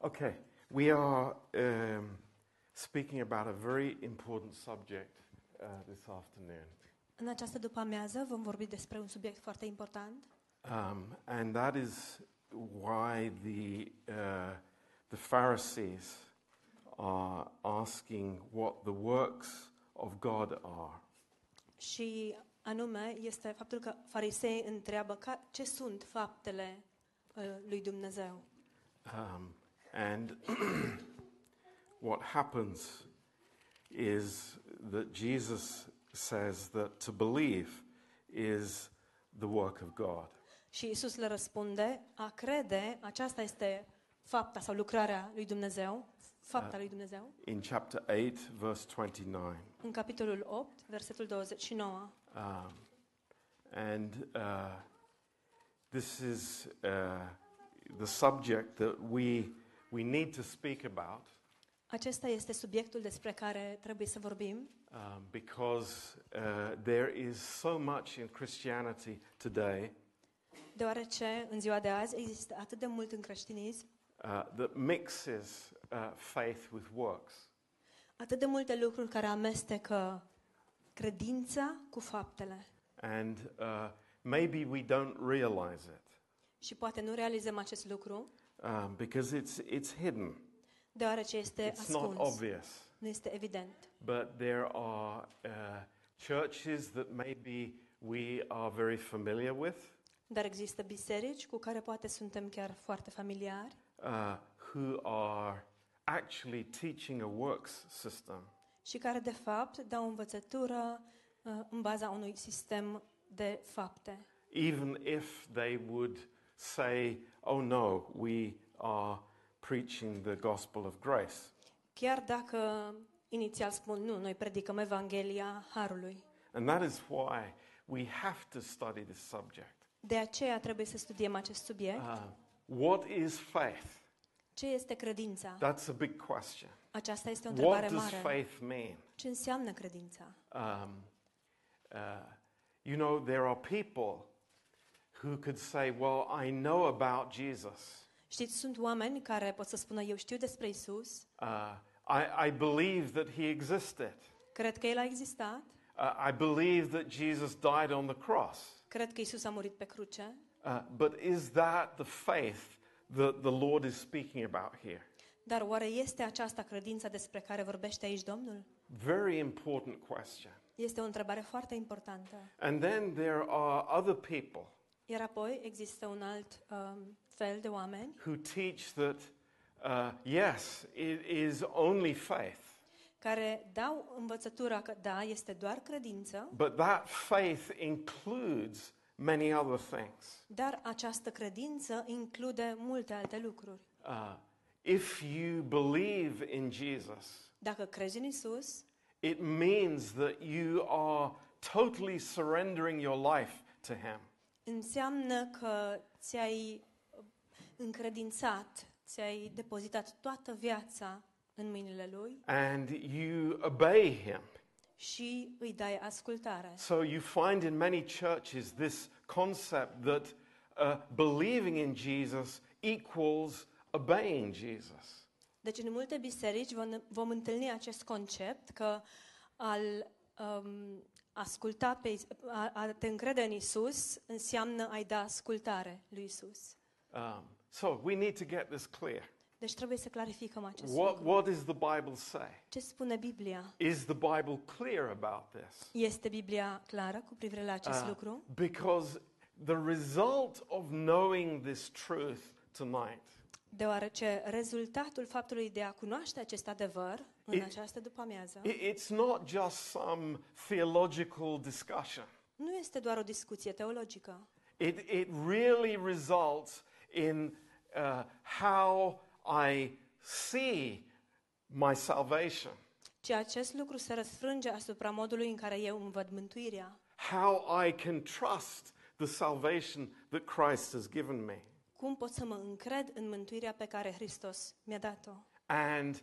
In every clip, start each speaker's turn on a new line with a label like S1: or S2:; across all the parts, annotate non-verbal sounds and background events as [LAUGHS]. S1: Okay, we are um, speaking about a very important subject uh, this afternoon,
S2: În această după-amiază vom vorbi despre un subiect foarte important
S1: um, and that is why the uh, the Pharisees are asking what the works of God are.
S2: și anume este faptul că farisei întreabă ca, ce sunt faptele uh, lui Dumnezeu.
S1: Um, and [CLEARS THROAT] what happens is that Jesus says that to believe is the work of God.
S2: Și Isus le răspunde, a crede, aceasta este fapta sau lucrarea lui Dumnezeu, fapta lui Dumnezeu.
S1: In chapter 8, verse 29.
S2: În capitolul 8, versetul 29.
S1: Um, and uh, this is uh, the subject that we, we need to speak about
S2: Acesta este subiectul despre care trebuie să vorbim,
S1: um, because uh, there is so much in Christianity today
S2: deoarece în ziua de azi există atât de mult în creștinism
S1: uh, that mixes uh, faith with works.
S2: atât de multe lucruri care amestecă credința cu faptele
S1: And uh, maybe we don't realize it
S2: și poate nu realizăm acest lucru
S1: um, because it's, it's hidden,
S2: deoarece este
S1: it's not
S2: ascuns,
S1: obvious.
S2: nu este evident.
S1: But there are uh, churches that maybe we are very familiar with
S2: Dar există biserici cu care poate suntem chiar foarte familiari
S1: uh, who are actually teaching a works system.
S2: și care de fapt dau învățătură uh, în baza unui sistem de fapte.
S1: even if they would say, oh no, we are preaching the gospel of grace.
S2: Chiar dacă inițial spun nu, noi predicăm Evanghelia Harului.
S1: And that is why we have to study this subject.
S2: De aceea trebuie să studiem acest subiect.
S1: Uh, what is faith?
S2: Ce este credința?
S1: That's a big question.
S2: Aceasta este o
S1: Da. What
S2: întrebare
S1: does
S2: mare.
S1: faith mean?
S2: Ce înseamnă credința?
S1: Um, uh, you know, there are people who could say, well, I know about Jesus.
S2: Știți, sunt oameni care pot să spună eu știu despre Isus,
S1: Uh, I, I believe that he existed.
S2: cred că El a existat,
S1: Uh, I believe that Jesus died on the cross.
S2: cred că Isus a murit pe cruce,
S1: Uh, but is that the faith that the Lord is speaking about here?
S2: dar oare este aceasta credința despre care vorbește aici Domnul?
S1: Very important question.
S2: Este o întrebare foarte importantă.
S1: And then there are other people
S2: Iar apoi există un alt um, fel de oameni
S1: who teach that, uh, yes, it is only faith,
S2: care dau învățătura că da, este doar credință,
S1: but that faith includes many other things.
S2: dar această credință include multe alte lucruri.
S1: Uh, if you believe in Jesus,
S2: Dacă crezi în Isus,
S1: it means that you are totally surrendering your life to Him.
S2: Înseamnă că ți-ai uh, încredințat, ți-ai depozitat toată viața în mâinile lui
S1: and you obey him.
S2: și îi dai ascultare.
S1: So you find in many churches this concept that uh, believing in Jesus equals obeying Jesus.
S2: Deci în multe biserici vom, vom întâlni acest concept că al um, asculta pe Is- a, a te încrede în Isus înseamnă a-i da ascultare lui Isus.
S1: Um, so we need to get this clear.
S2: Deci trebuie să clarificăm acest
S1: What,
S2: lucru.
S1: what does the Bible say?
S2: Ce spune Biblia?
S1: Is the Bible clear about this?
S2: Este Biblia clară cu privire la acest
S1: Uh,
S2: lucru?
S1: because the result of knowing this truth tonight
S2: Deoarece rezultatul faptului de a cunoaște acest adevăr în
S1: E-
S2: această după-amiază
S1: i- it's not just some theological discussion.
S2: nu este doar o discuție teologică,
S1: It, it really results in uh, how I see my salvation,
S2: ci acest lucru se răsfrânge asupra modului în care eu îmi văd mântuirea,
S1: how I can trust the salvation that Christ has given me,
S2: cum pot să mă încred în mântuirea pe care Hristos mi-a dat-o
S1: and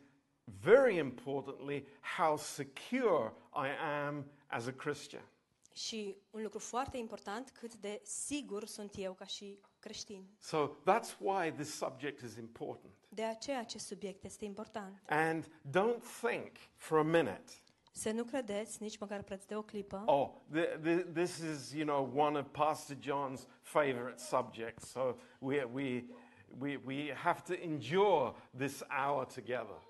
S1: very importantly, how secure I am as a Christian.
S2: și un lucru foarte important, cât de sigur sunt eu ca și creștin.
S1: So that's why this subject is important.
S2: De aceea acest subiect este important.
S1: And don't think for a minute,
S2: Să nu credeți nici măcar preț de o clipă.
S1: oh, th- th- this is, you know, one of Pastor John's favorite subjects, so we, we, we, we have to endure this hour together.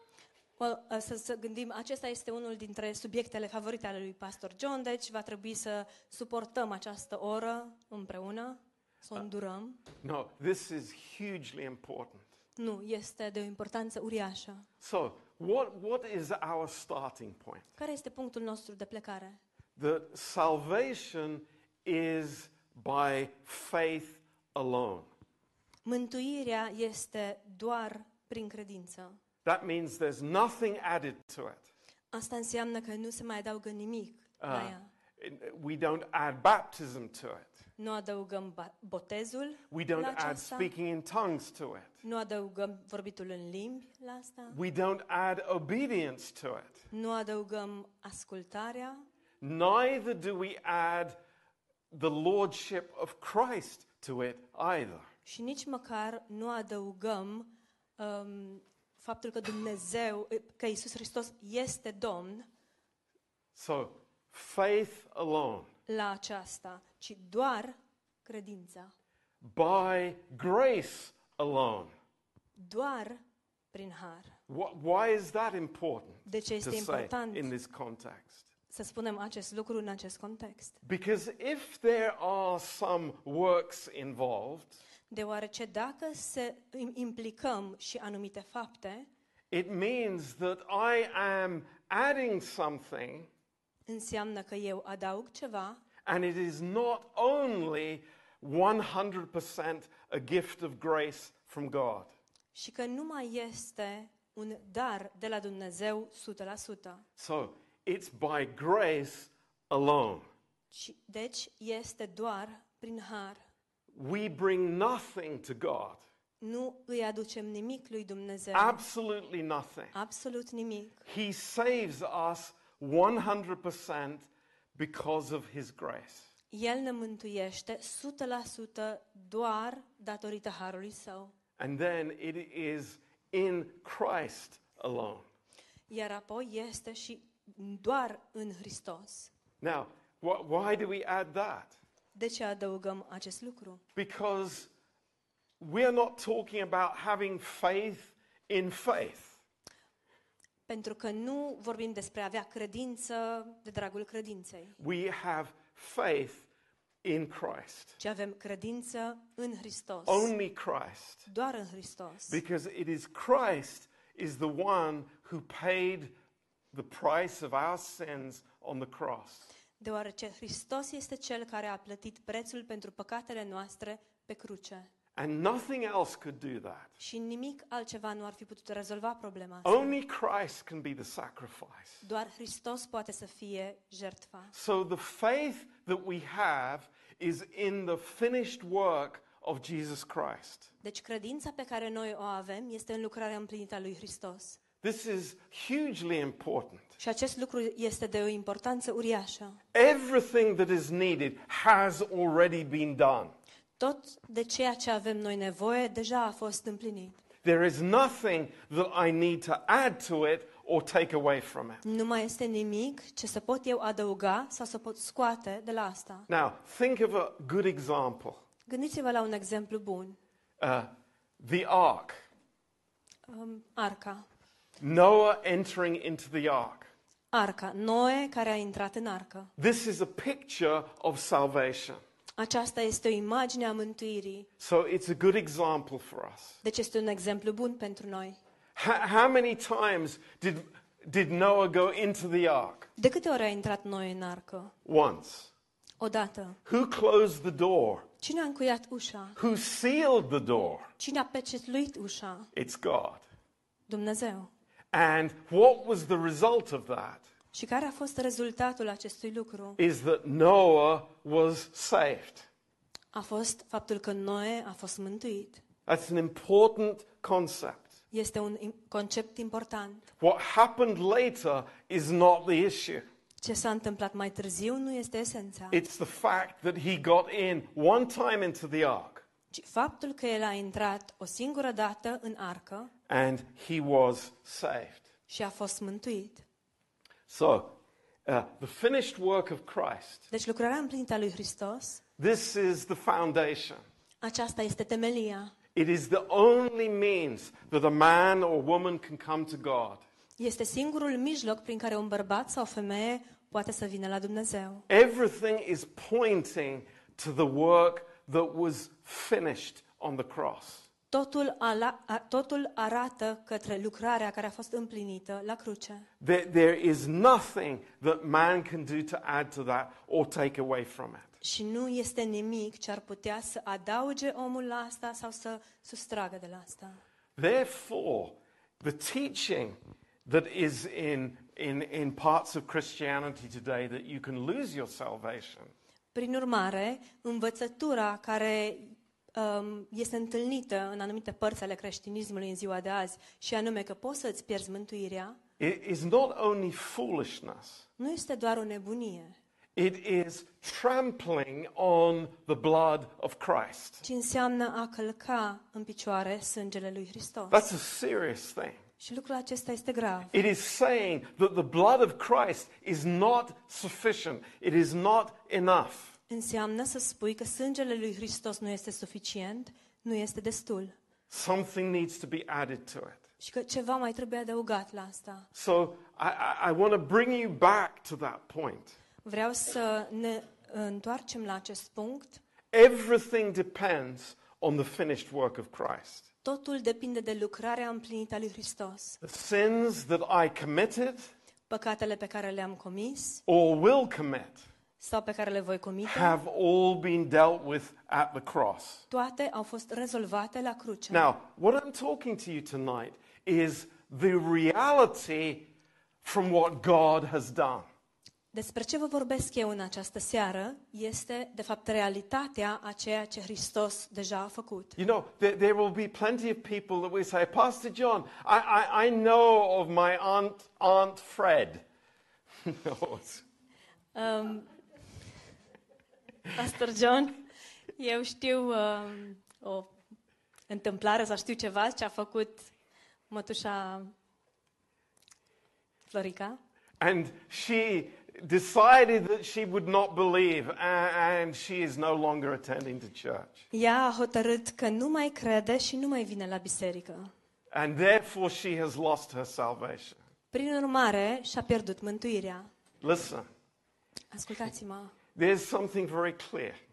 S2: Well, uh, să, să gândim, acesta este unul dintre subiectele favorite ale lui Pastor John, deci va trebui să suportăm această oră împreună, să o îndurăm.
S1: No, this is hugely important.
S2: Nu, este de o importanță uriașă.
S1: So, what, what is our starting point?
S2: Care este punctul nostru de plecare?
S1: That salvation is by faith alone.
S2: Mântuirea este doar prin credință.
S1: That means there's nothing added to it.
S2: Asta înseamnă că nu se mai adaugă nimic la
S1: Uh,
S2: ea.
S1: we don't add baptism to it.
S2: Nu adăugăm ba- botezul
S1: We don't
S2: la
S1: add
S2: aceasta,
S1: speaking in tongues to it.
S2: nu adăugăm vorbitul în limbi la asta,
S1: We don't add obedience to it.
S2: nu adăugăm ascultarea
S1: Neither do we add the lordship of Christ to it either.
S2: Și nici măcar nu adăugăm um, faptul că Dumnezeu, că Isus Hristos este Domn
S1: So, faith alone,
S2: la aceasta, ci doar credința,
S1: by grace alone.
S2: doar prin har.
S1: Wh- Why is that important
S2: De ce este
S1: to say
S2: important?
S1: in this context?
S2: Să spunem acest lucru în acest context.
S1: Because if there are some works involved,
S2: Deoarece dacă se im- implicăm și anumite fapte,
S1: It means that I am adding something,
S2: înseamnă că eu adaug ceva
S1: and it is not only 100% a gift of grace from God.
S2: și că nu mai este un dar de la Dumnezeu 100%.
S1: So it's by grace alone.
S2: Și, deci este doar prin har.
S1: We bring nothing to God,
S2: Nu îi aducem nimic lui Dumnezeu.
S1: absolutely nothing.
S2: Absolut nimic.
S1: He saves us 100% because of His grace.
S2: El ne mântuiește 100% doar datorită harului său.
S1: And then it is in Christ alone.
S2: Iar apoi este și doar în Hristos.
S1: Now, wh- why do we add that?
S2: De ce adăugăm acest lucru?
S1: Because we're not talking about having faith in faith.
S2: Pentru că nu vorbim despre a avea credință de dragul credinței,
S1: We have faith in Christ,
S2: ci avem credință în Hristos.
S1: only Christ,
S2: Doar în Hristos.
S1: because it is Christ is the one who paid the price of our sins on the cross.
S2: Deoarece Hristos este cel care a plătit prețul pentru păcatele noastre pe cruce.
S1: And nothing else could do that.
S2: Și nimic altceva nu ar fi putut rezolva problema asta.
S1: Only Christ can be the sacrifice.
S2: Doar Hristos poate să fie jertfa.
S1: So the faith that we have is in the finished work of Jesus Christ.
S2: Deci credința pe care noi o avem este în lucrarea împlinită a lui Hristos.
S1: This is hugely important.
S2: Și acest lucru este de o importanță uriașă.
S1: Everything that is needed has already been done.
S2: Tot de ceea ce avem noi nevoie deja a fost împlinit.
S1: There is nothing that I need to add to it or take away from it.
S2: Nu mai este nimic ce să pot eu adăuga sau să pot scoate de la asta.
S1: Now, think of a good example
S2: Gândiți-vă la un exemplu bun.
S1: Uh, the ark.
S2: Um, arca.
S1: Noah entering into the ark.
S2: Arca. Noe care a intrat în arcă.
S1: This is a picture of salvation.
S2: Aceasta este o imagine a mântuirii.
S1: So it's a good example for us.
S2: Deci este un exemplu bun pentru noi.
S1: H- how many times did, did Noah go into the ark?
S2: De câte ori a intrat noi în arcă?
S1: Once.
S2: Odată.
S1: Who closed the door?
S2: Cine a încuiat ușa?
S1: Who sealed the door?
S2: Cine a pecetluit ușa?
S1: It's God.
S2: Dumnezeu.
S1: And what was the result of that?
S2: Și care a fost rezultatul acestui lucru?
S1: Is that Noah was saved.
S2: A fost faptul că Noe a fost mântuit.
S1: That's an important concept.
S2: Este un im- concept important.
S1: What happened later is not the issue.
S2: Ce s-a întâmplat mai târziu nu este esența,
S1: It's the fact that he got in one time into the ark
S2: ci faptul că el a intrat o singură dată în arcă
S1: and he was saved.
S2: și a fost mântuit.
S1: So, uh, the finished work of Christ,
S2: Deci lucrarea împlinită a lui Hristos,
S1: this is the foundation.
S2: aceasta este temelia.
S1: It is the only means that a man or woman can come to God.
S2: Este singurul mijloc prin care un bărbat sau o femeie poate să vină la Dumnezeu.
S1: Everything is pointing to the work that was finished on the cross.
S2: Totul, ala, a, totul arată către lucrarea care a fost împlinită la cruce.
S1: There, there is nothing that man can do to add to that or take away from it.
S2: Și nu este nimic ce ar putea să adauge omul la asta sau să sustragă de la asta.
S1: Therefore, the teaching that is in, in, in parts of Christianity today that you can lose your salvation
S2: Prin urmare, învățătura care um, este întâlnită în anumite părți ale creștinismului în ziua de azi, și anume că poți să-ți pierzi mântuirea,
S1: i- is not only foolishness,
S2: nu este doar o nebunie,
S1: it is trampling on the blood of Christ.
S2: ci înseamnă a călca în picioare sângele lui Hristos.
S1: That's a serious thing.
S2: Și lucrul acesta este grav.
S1: It is saying that the blood of Christ is not sufficient, it is not enough.
S2: Înseamnă să spui că sângele lui Hristos nu este suficient, nu este destul
S1: Something needs to be added to it.
S2: și că ceva mai trebuie adăugat la asta.
S1: So I, I, I want to bring you back to that point.
S2: Vreau să ne întoarcem la acest punct.
S1: Everything depends on the finished work of Christ.
S2: Totul depinde de lucrarea împlinită a lui Hristos.
S1: The sins that I committed
S2: Păcatele pe care le-am comis
S1: or will commit
S2: sau pe care le voi comite,
S1: have all been dealt with at the cross.
S2: toate au fost rezolvate la cruce.
S1: Now, what I'm talking to you tonight is the reality from what God has done.
S2: Despre ce vă vorbesc eu în această seară este, de fapt, realitatea a ceea ce Hristos deja a făcut.
S1: You know, there, there will be plenty of people that will say, Pastor John, I, I, I know of my aunt, Aunt Fred. [LAUGHS] no, it's-
S2: Um, Pastor John, eu știu um, o întâmplare sau știu ceva ce a făcut mătușa Florica.
S1: And she decided that she would not believe, a- and she is no longer attending to church.
S2: Ea a hotărât că nu mai crede și nu mai vine la biserică.
S1: And therefore, she has lost her salvation.
S2: Prin urmare, și-a pierdut mântuirea.
S1: Listen,
S2: Ascultați-mă,
S1: there's something very clear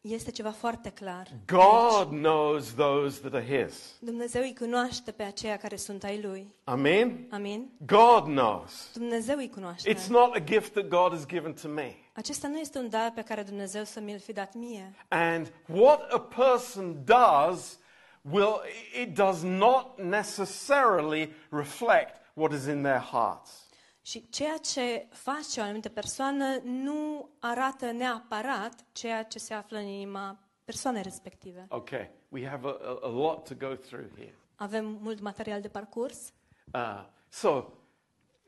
S2: este ceva foarte clar.
S1: God knows those that are His.
S2: Dumnezeu îi cunoaște pe aceia care sunt ai Lui.
S1: Amen?
S2: Amin?
S1: God knows.
S2: Dumnezeu îi cunoaște.
S1: It's not a gift that God has given to me.
S2: Acesta nu este un dar pe care Dumnezeu să mi-l fi dat mie.
S1: And what a person does will it does not necessarily reflect what is in their hearts.
S2: Și ceea ce face o anumită persoană nu arată neapărat ceea ce se află în inima persoanei respective.
S1: Okay, we have a, a, a lot to go through here.
S2: Avem mult material de parcurs.
S1: Uh, so,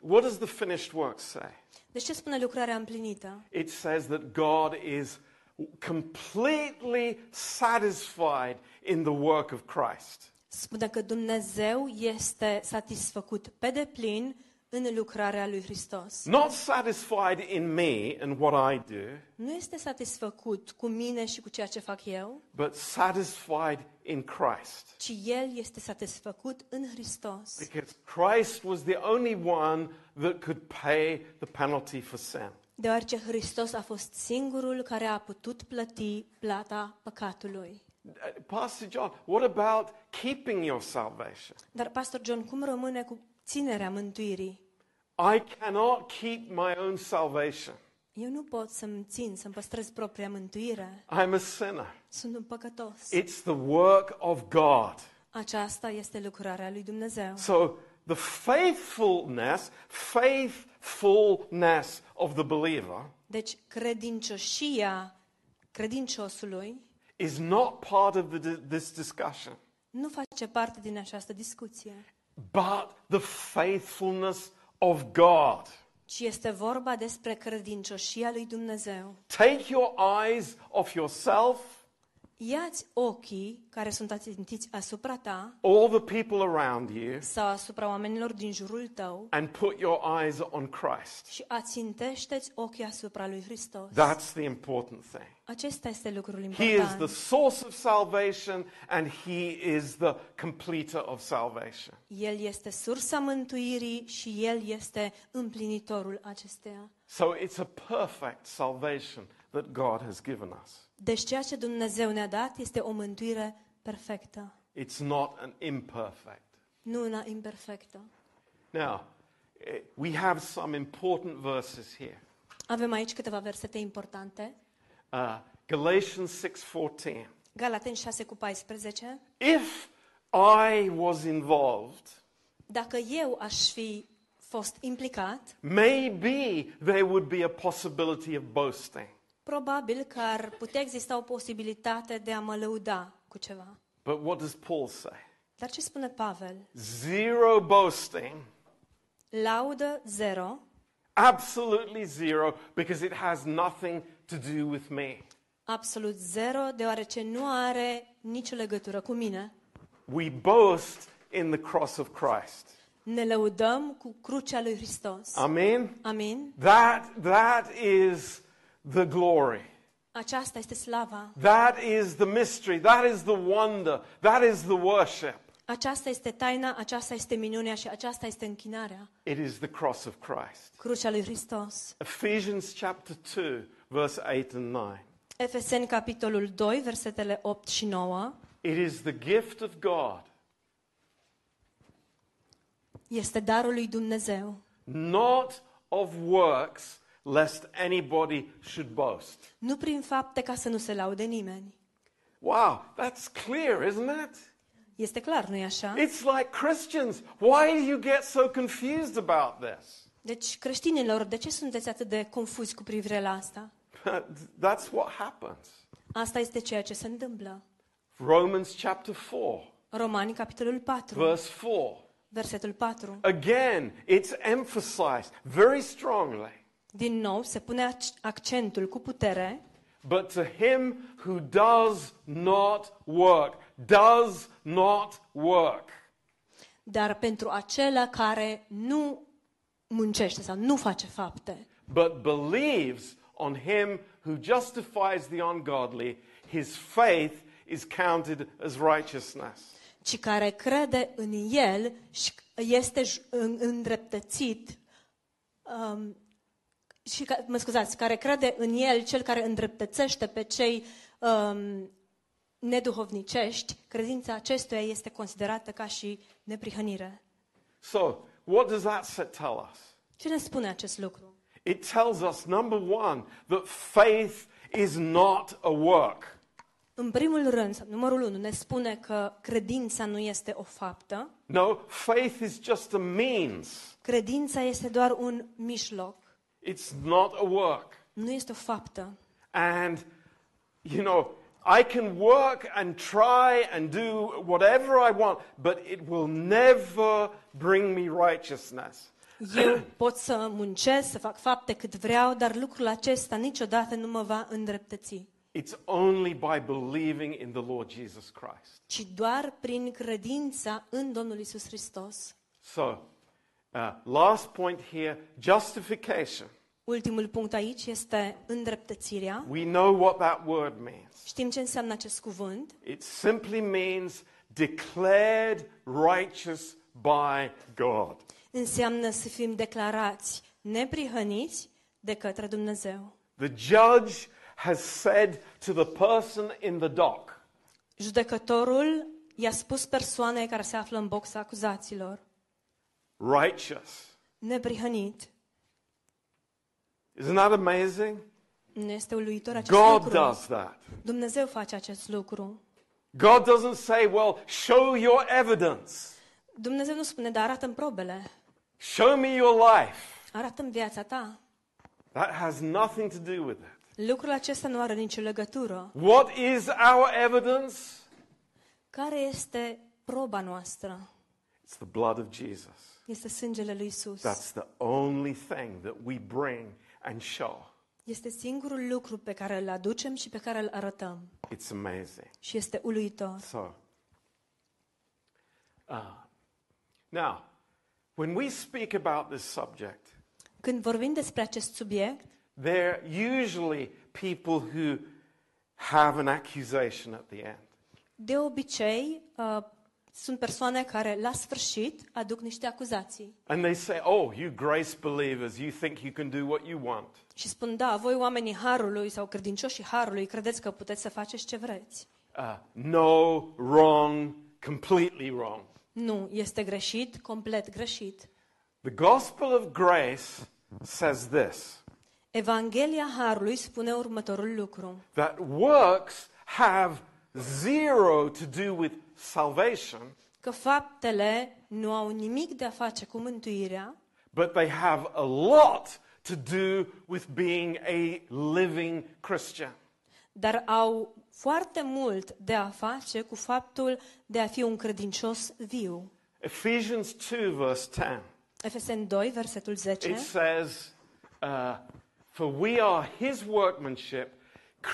S1: what does the finished work say?
S2: Deci ce spune lucrarea împlinită?
S1: It says that God is completely satisfied in the work of Christ.
S2: Spune că Dumnezeu este satisfăcut pe deplin în lucrarea lui Hristos.
S1: Not satisfied in me and what I do,
S2: Nu este satisfăcut cu mine și cu ceea ce fac eu,
S1: but satisfied in Christ.
S2: ci El este satisfăcut în Hristos.
S1: Because Christ was the only one that could pay the penalty for sin.
S2: Deoarece Hristos a fost singurul care a putut plăti plata păcatului.
S1: Uh, Pastor John, what about keeping your salvation?
S2: Dar, Pastor John, cum rămâne cu ținerea mântuirii?
S1: I cannot keep my own salvation.
S2: Eu nu pot să-mi țin, să-mi păstrez propria mântuire.
S1: I'm a sinner.
S2: Sunt un păcătos.
S1: It's the work of God.
S2: Aceasta este lucrarea lui Dumnezeu.
S1: So the faithfulness, faithfulness of the believer
S2: Deci, credincioșia credinciosului
S1: is not part of the, this discussion,
S2: nu face parte din această discuție,
S1: but the faithfulness of God.
S2: ci este vorba despre credincioșia lui Dumnezeu.
S1: Take your eyes off yourself
S2: Iați ochii care sunt ațintiți asupra ta
S1: all the people around you,
S2: sau asupra oamenilor din jurul tău
S1: and put your eyes on Christ.
S2: și ațintește-ți ochii asupra lui Hristos.
S1: That's the important thing.
S2: Acesta este lucrul
S1: Da. He is
S2: important.
S1: the source of salvation and He is the completer of salvation.
S2: El este sursa mântuirii și El este împlinitorul acesteia.
S1: So it's a perfect salvation that God has given us.
S2: Deci ceea ce Dumnezeu ne-a dat este o mântuire perfectă,
S1: It's not an imperfect.
S2: nu una imperfectă.
S1: Now, eh, we have some important verses here.
S2: Avem aici câteva versete importante.
S1: Uh, Galatians 6:14.
S2: Galaten 6 cu 14.
S1: If I was involved,
S2: Dacă eu aș fi fost implicat,
S1: maybe there would be a possibility of boasting.
S2: probabil că ar putea exista o posibilitate de a mă lăuda cu ceva.
S1: But what does Paul say?
S2: Dar ce spune Pavel?
S1: Zero boasting,
S2: Laudă zero,
S1: absolutely zero, because it has nothing to do with me.
S2: absolut zero, deoarece nu are nicio legătură cu mine.
S1: We boast in the cross of Christ.
S2: Ne lăudăm cu crucea lui Hristos.
S1: Amen?
S2: Amin?
S1: That, that is the glory.
S2: Aceasta este slava.
S1: That is the mystery. That is the wonder. That is the worship.
S2: Aceasta este taina, aceasta este minunea și aceasta este închinarea.
S1: It is the cross of Christ.
S2: Crucea lui Hristos.
S1: Ephesians chapter 2, verse 8 and 9.
S2: Efeseni, capitolul 2, versetele 8 și 9.
S1: It is the gift of God,
S2: Este darul lui Dumnezeu.
S1: not of works, lest anybody should boast.
S2: Nu prin fapte ca să nu se laude nimeni.
S1: Wow, that's clear, isn't it?
S2: Este clar, nu-i așa?
S1: It's like Christians. Why do you get so confused about this?
S2: Deci, creștinilor, de ce sunteți atât de confuzi cu privire la asta?
S1: But that's what happens.
S2: Asta este ceea ce se întâmplă.
S1: Romans chapter 4,
S2: Romani, capitolul 4,
S1: verse 4.
S2: versetul 4.
S1: Again, it's emphasized very strongly.
S2: Din nou se pune ac- accentul cu putere,
S1: But to him who does not work, does not work,
S2: dar pentru acela care nu muncește sau nu face fapte,
S1: but believes on him who justifies the ungodly, his faith is counted as righteousness.
S2: ci care crede în el și este ju- în- îndreptățit um, și ca, mă scuzați, care crede în el, cel care îndreptățește pe cei um, neduhovnicești, credința acestuia este considerată ca și neprihănire.
S1: So, what does that s- tell us?
S2: Ce ne spune acest lucru?
S1: It tells us, number one, that faith is not a work.
S2: În primul rând, sau numărul 1 ne spune că credința nu este o faptă,
S1: No, faith is just a means,
S2: credința este doar un mijloc,
S1: it's not a work.
S2: nu este o faptă.
S1: And, you know, I can work and try and do whatever I want, but it will never bring me righteousness.
S2: Eu pot să muncesc, să fac fapte cât vreau, dar lucrul acesta niciodată nu mă va îndreptăți,
S1: It's only by believing in the Lord Jesus Christ.
S2: ci doar prin credința în Domnul Isus Hristos.
S1: So, uh, last point here justification.
S2: Ultimul punct aici este îndreptățirea.
S1: We know what that word means.
S2: Știm ce înseamnă acest cuvânt.
S1: It simply means declared righteous by God.
S2: Înseamnă să fim declarați neprihăniți de către Dumnezeu.
S1: The judge has said to the person in the dock,
S2: Judecătorul i-a spus persoanei care se află în boxa acuzaților,
S1: righteous.
S2: neprihănit.
S1: Isn't that amazing?
S2: Nu este uluitor acest
S1: God
S2: lucru.
S1: does that.
S2: Dumnezeu face acest lucru.
S1: God doesn't say, well, show your evidence,
S2: Dumnezeu nu spune, dar arată-mi probele,
S1: show me your life.
S2: arată-mi viața ta.
S1: That has nothing to do with it.
S2: Lucrul acesta nu are nicio legătură.
S1: What is our evidence?
S2: Care este proba noastră?
S1: It's the blood of Jesus. Da.
S2: Este sângele lui Isus.
S1: That's the only thing that we bring and show.
S2: Este singurul lucru pe care îl aducem și pe care îl arătăm.
S1: It's amazing.
S2: Și este uluitor.
S1: So, uh, now, when we speak about this subject,
S2: Când vorbim despre acest subiect,
S1: they're usually people who have an accusation at the end.
S2: de obicei uh, sunt persoane care la sfârșit aduc niște acuzații
S1: And they say, Oh, you grace believers, you think you can do what you want.
S2: și spun, da, voi oamenii Harului sau credincioșii Harului credeți că puteți să faceți ce vreți.
S1: Uh, no, wrong, completely wrong.
S2: Nu, este greșit, complet greșit.
S1: The gospel of grace says this
S2: Evanghelia Harului spune următorul lucru.
S1: that works have zero to do with salvation,
S2: Că faptele nu au nimic de a face cu mântuirea,
S1: but they have a lot to do with being a living Christian.
S2: dar au foarte mult de a face cu faptul de a fi un credincios viu.
S1: Ephesians 2, verse 10,
S2: Efeseni 2, versetul 10.
S1: it says, uh, For we are his workmanship,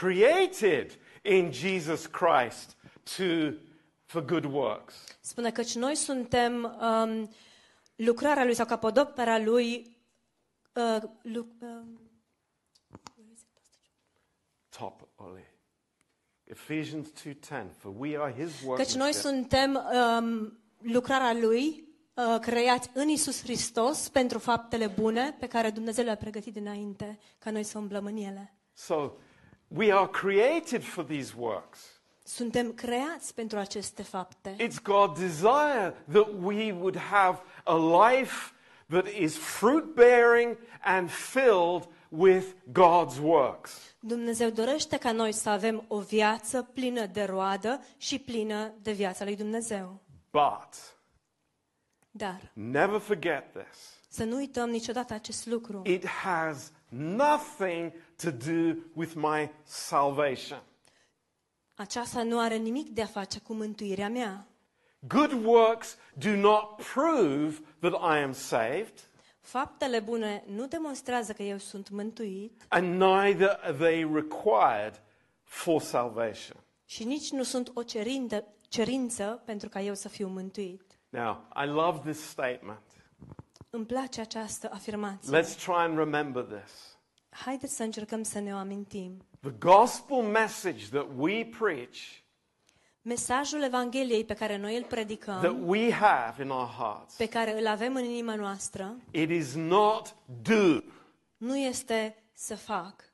S1: created in Jesus Christ to, for good works.
S2: Spune căci noi suntem um, lucrarea lui sau capodopera lui uh, lu- um,
S1: Top Oli. Ephesians 2:10 for we are his
S2: căci noi
S1: workmanship
S2: suntem um, lucrarea lui uh, creați în Isus Hristos pentru faptele bune pe care Dumnezeu le-a pregătit dinainte ca noi să umblăm în ele.
S1: So we are created for these works.
S2: Suntem creați pentru aceste fapte.
S1: It's God's desire that we would have a life that is fruit bearing and filled with God's works.
S2: Dumnezeu dorește ca noi să avem o viață plină de roadă și plină de viața lui Dumnezeu.
S1: But
S2: Dar
S1: never forget this.
S2: să nu uităm niciodată acest lucru.
S1: It has nothing to do with my salvation.
S2: Aceasta nu are nimic de a face cu mântuirea mea.
S1: Good works do not prove that I am saved.
S2: Faptele bune nu demonstrează că eu sunt mântuit
S1: and neither are they required for salvation.
S2: și nici nu sunt o cerindă, cerință pentru ca eu să fiu mântuit.
S1: Now, I love this statement.
S2: Îmi place această afirmație.
S1: Let's try and remember this.
S2: Haideți să încercăm să ne o amintim.
S1: The gospel message that we preach,
S2: Mesajul Evangheliei pe care noi îl predicăm,
S1: that we have in our hearts,
S2: pe care îl avem în inima noastră,
S1: it is not do,
S2: nu este să fac,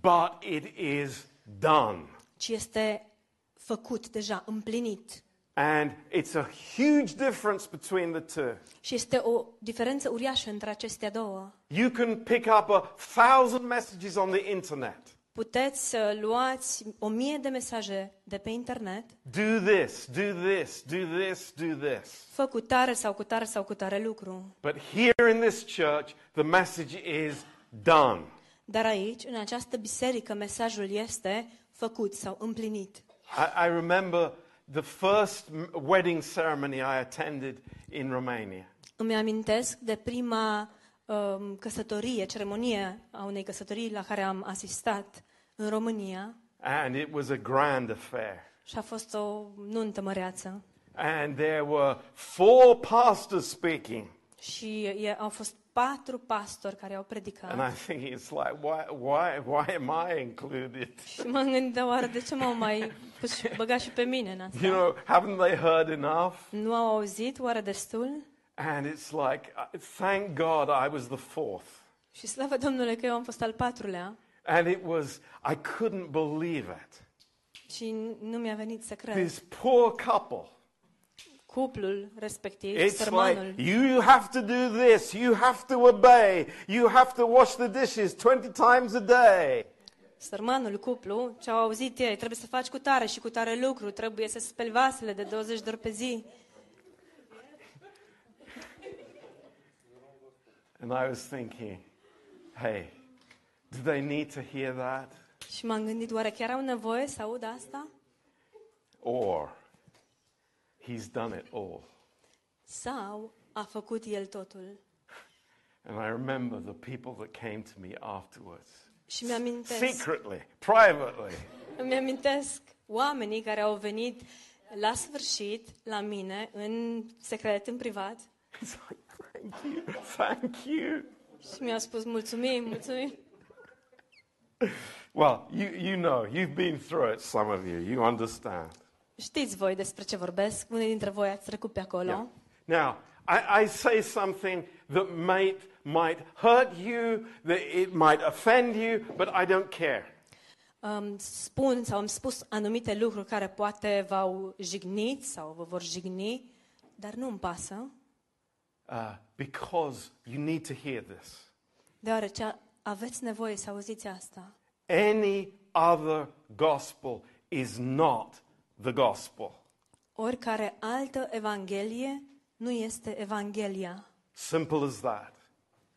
S1: but it is done.
S2: ci este făcut deja, împlinit.
S1: And it's a huge difference between the two.
S2: Și este o diferență uriașă între acestea două.
S1: You can pick up a thousand messages on the internet.
S2: Puteți să luați o mie de mesaje de pe internet,
S1: Do this, do this, do this, do this.
S2: fă cu tare sau cu tare sau cu tare lucru.
S1: But here in this church, the message is done.
S2: Dar aici, în această biserică, mesajul este făcut sau împlinit.
S1: I, I remember the first m- wedding ceremony I attended in Romania.
S2: Îmi amintesc de prima um, căsătorie, ceremonie a unei căsătorii la care am asistat în România
S1: And it was a grand affair.
S2: și a fost o nuntă măreață.
S1: And there were four pastors speaking.
S2: Și e, au fost patru pastori care au predicat.
S1: And I think it's like, why, why, why am I included? [LAUGHS]
S2: Și m-am gândit, oare de ce m-au mai pus, băgat și pe mine în asta?
S1: You know, haven't they heard enough?
S2: Nu au auzit oare destul?
S1: And it's like, uh, thank God I was the fourth.
S2: Și slavă Domnului că eu am fost al patrulea
S1: And it was, I couldn't believe it.
S2: și nu mi-a venit să cred.
S1: This poor couple.
S2: Cuplul respectiv,
S1: It's
S2: sărmanul,
S1: like you have to do this, you have to obey, you have to wash the dishes 20 times a day.
S2: sărmanul cuplu, ce au auzit ei, trebuie să faci cu tare și cu tare lucru, trebuie să speli vasele de 20 de ori pe zi.
S1: And I was thinking, hey, do they need to hear that?
S2: Și m-am gândit, oare chiar au nevoie să aud asta?
S1: Or he's done it all.
S2: Sau a făcut el totul?
S1: And I remember the people that came to me afterwards
S2: Și mi-amintesc,
S1: secretly, privately.
S2: îmi amintesc oamenii care au venit la sfârșit la mine, în secret, în privat,
S1: It's like, thank you, thank you.
S2: și mi-au spus mulțumim, mulțumim.
S1: Well, you, you know, you've been through it, some of you, you understand.
S2: Știți voi despre ce vorbesc, unii dintre voi ați trecut pe acolo.
S1: Yeah. Now, I, I say something that might, might hurt you, that it might offend you, but I don't care.
S2: Um, spun sau am spus anumite lucruri care poate v-au jignit sau vă vor jigni, dar nu îmi pasă,
S1: Uh, because you need to hear this.
S2: deoarece aveți nevoie să auziți asta.
S1: Any other gospel is not the gospel.
S2: Oricare altă evanghelie nu este evanghelia.
S1: Simple as that.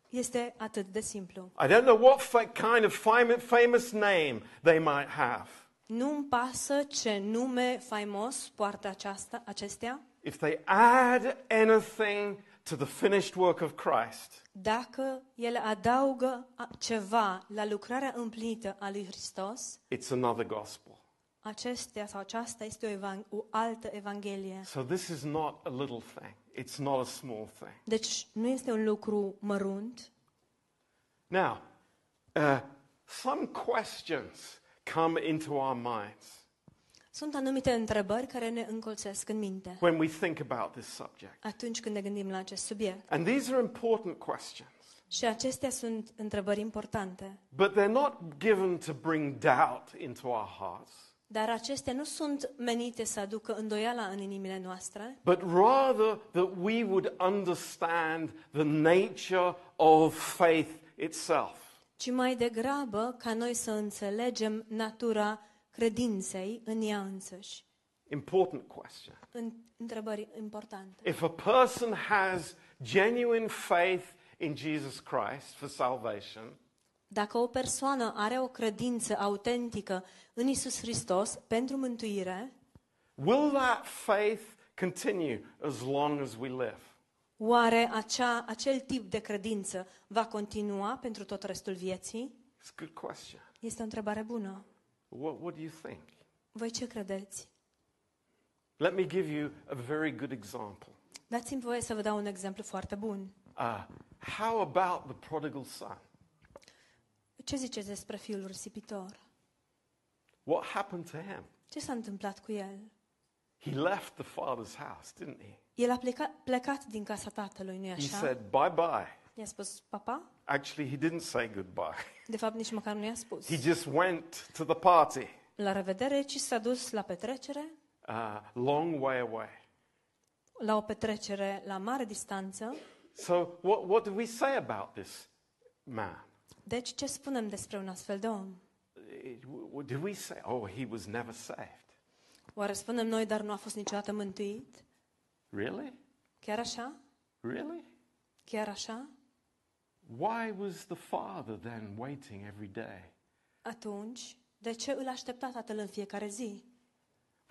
S2: Este atât de simplu.
S1: I don't know what fa- kind of fam- famous name they might have.
S2: Nu-mi pasă ce nume faimos poartă aceasta, acestea,
S1: If they add anything to the finished work of Christ,
S2: dacă ele adaugă a- ceva la lucrarea împlinită a lui Hristos,
S1: it's another gospel.
S2: acestea sau aceasta este o, evan- o altă evanghelie.
S1: So this is not a little thing. It's not a small thing.
S2: Deci nu este un lucru mărunt.
S1: Now, uh, some questions come into our minds
S2: Sunt anumite întrebări care ne încolțesc în minte
S1: when we think about this subject.
S2: atunci când ne gândim la acest subiect.
S1: And these are important questions,
S2: Și acestea sunt întrebări importante.
S1: but they're not given to bring doubt into our hearts,
S2: Dar acestea nu sunt menite să aducă îndoiala în inimile noastre,
S1: but rather that we would understand the nature of faith itself.
S2: ci mai degrabă ca noi să înțelegem natura credinței în ea însăși.
S1: Important question.
S2: În întrebări importante.
S1: If a person has genuine faith in Jesus Christ for salvation,
S2: Dacă o persoană are o credință autentică în Isus Hristos pentru mântuire,
S1: Will that faith continue as long as we live?
S2: Oare acea, acel tip de credință va continua pentru tot restul vieții?
S1: It's a good question.
S2: Este o întrebare bună.
S1: What, what do you think?
S2: Voi ce credeți?
S1: Let me give you a very good example.
S2: Dați-mi voie să vă dau un exemplu foarte bun.
S1: Uh, how about the prodigal son?
S2: Ce ziceți despre fiul risipitor?
S1: What happened to him?
S2: Ce s-a întâmplat cu el?
S1: He left the father's house, didn't he?
S2: El a plecat, plecat din casa tatălui, nu-i
S1: He
S2: așa?
S1: said, bye bye.
S2: I-a spus, papa?
S1: Actually, he didn't say goodbye. [LAUGHS]
S2: De fapt, nici măcar nu i-a spus.
S1: He just went to the party,
S2: La revedere, ci s-a dus la petrecere,
S1: uh, long way away.
S2: la o petrecere la mare distanță.
S1: So, what, what do we say about this man?
S2: Deci, ce spunem despre un astfel de om?
S1: It- w- w- Do we say, oh, he was never saved?
S2: Oare spunem noi, dar nu a fost niciodată mântuit?
S1: Really?
S2: Chiar așa?
S1: Really?
S2: Chiar așa?
S1: Why was the father then waiting every day?
S2: Atunci, de ce îl aștepta tatăl în fiecare zi?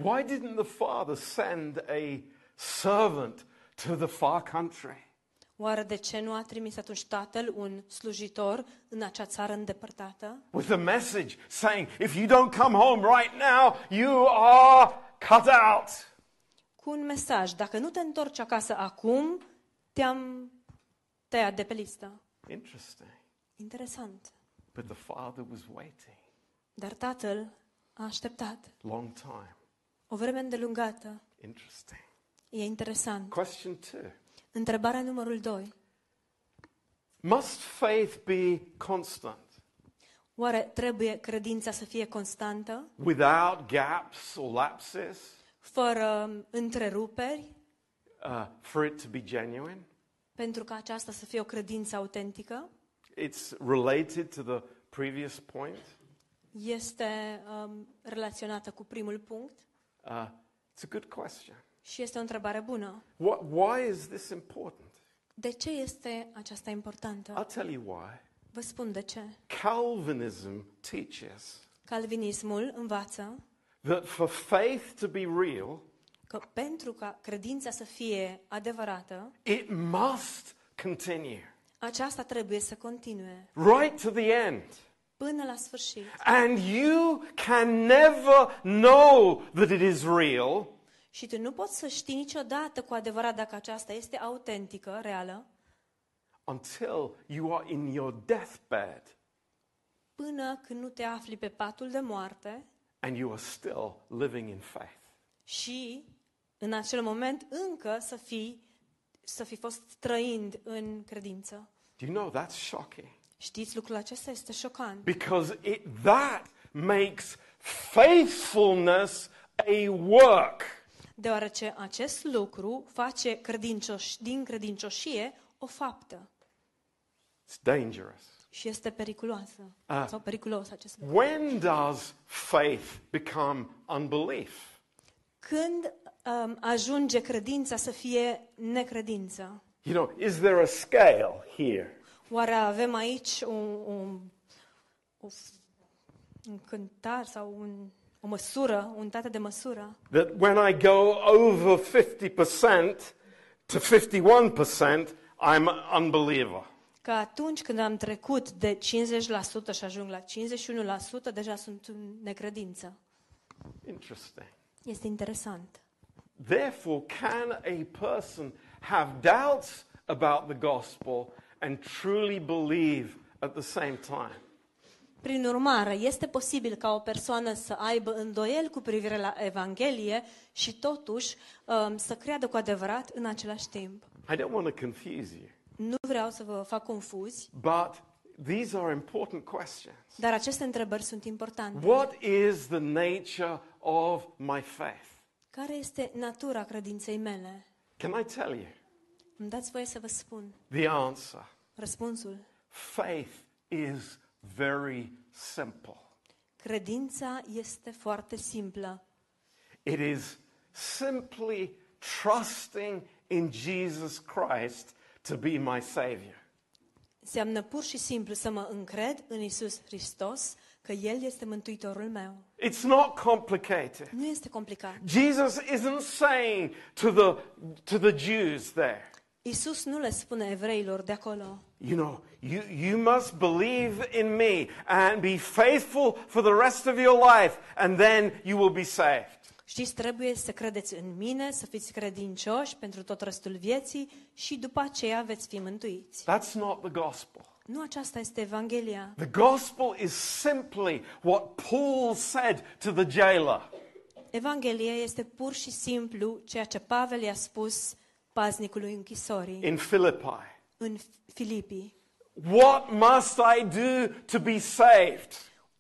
S1: Why didn't the father send a servant to the far country?
S2: Oare de ce nu a trimis atunci tatăl un slujitor în acea țară îndepărtată?
S1: With a message saying, if you don't come home right now, you are cut out.
S2: Cu un mesaj, dacă nu te întorci acasă acum, te-am tăiat de pe listă.
S1: Interesting.
S2: Interesant.
S1: But the father was waiting
S2: Dar tatăl a așteptat
S1: long time.
S2: o vreme îndelungată.
S1: Interesting.
S2: E interesant.
S1: Question two
S2: Întrebarea numărul 2.
S1: Must faith be constant
S2: Oare trebuie credința să fie constantă,
S1: without gaps or lapses
S2: fără întreruperi,
S1: uh, for it to be genuine?
S2: pentru ca aceasta să fie o credință autentică?
S1: It's related to the previous point.
S2: este um, relaționată cu primul punct
S1: Uh, it's a good question.
S2: și este o întrebare bună.
S1: What, why is this important?
S2: De ce este aceasta importantă?
S1: I'll tell you why.
S2: Vă spun de ce.
S1: Calvinism teaches
S2: Calvinismul învață
S1: that for faith to be real,
S2: că pentru ca credința să fie adevărată,
S1: it must continue
S2: aceasta trebuie să continue
S1: right to the end.
S2: până la sfârșit.
S1: And you can never know that it is real
S2: Și tu nu poți să știi niciodată cu adevărat dacă aceasta este autentică, reală,
S1: until you are in your deathbed
S2: până când nu te afli pe patul de moarte
S1: and you are still living in faith.
S2: și în acel moment încă să fii să fi fost trăind în credință.
S1: Do you know that's shocking?
S2: Știți, lucrul acesta este șocant,
S1: Because it, that makes faithfulness a work.
S2: deoarece acest lucru face credincioș, din credincioșie o faptă
S1: It's dangerous.
S2: și este periculoasă
S1: Ah.
S2: sau periculos acest lucru.
S1: When does faith become unbelief?
S2: Când um, ajunge credința să fie necredință?
S1: You know, is there a scale here?
S2: Oare avem aici un, un, o f- un cântar sau un, o măsură, o unitate de măsură?
S1: That when I go over 50% to 51%, I'm an unbeliever.
S2: Că atunci când am trecut de 50% și ajung la 51%, deja sunt în necredință.
S1: Interesting.
S2: Este interesant.
S1: Therefore, can a person have doubts about the gospel and truly believe at the same time?
S2: Prin urmare, este posibil ca o persoană să aibă îndoiel cu privire la Evanghelie și totuși um, să creadă cu adevărat în același timp.
S1: I don't want to confuse you,
S2: Nu vreau să vă fac confuzi,
S1: but these are important questions.
S2: dar aceste întrebări sunt importante.
S1: What is the nature of my faith?
S2: Care este natura credinței mele?
S1: Can I tell you
S2: Îmi dați voie să vă spun
S1: the answer?
S2: răspunsul.
S1: Faith is very simple.
S2: Credința este foarte simplă.
S1: It is simply trusting in Jesus Christ to be my Savior.
S2: Înseamnă pur și simplu să mă încred în Isus Hristos, că El este Mântuitorul meu.
S1: It's not complicated.
S2: Nu este complicat.
S1: Jesus isn't saying to the, to the Jews there,
S2: Isus nu le spune evreilor de acolo,
S1: you know, you, you must believe in me and be faithful for the rest of your life, and then you will be saved.
S2: știți, trebuie să credeți în mine, să fiți credincioși pentru tot restul vieții și după aceea veți fi mântuiți.
S1: That's not the gospel.
S2: Nu aceasta este Evanghelia.
S1: The gospel is simply what Paul said to the jailer.
S2: Evanghelia este pur și simplu ceea ce Pavel i-a spus paznicului închisorii
S1: in Philippi.
S2: în Filipii.
S1: What must I do to be saved?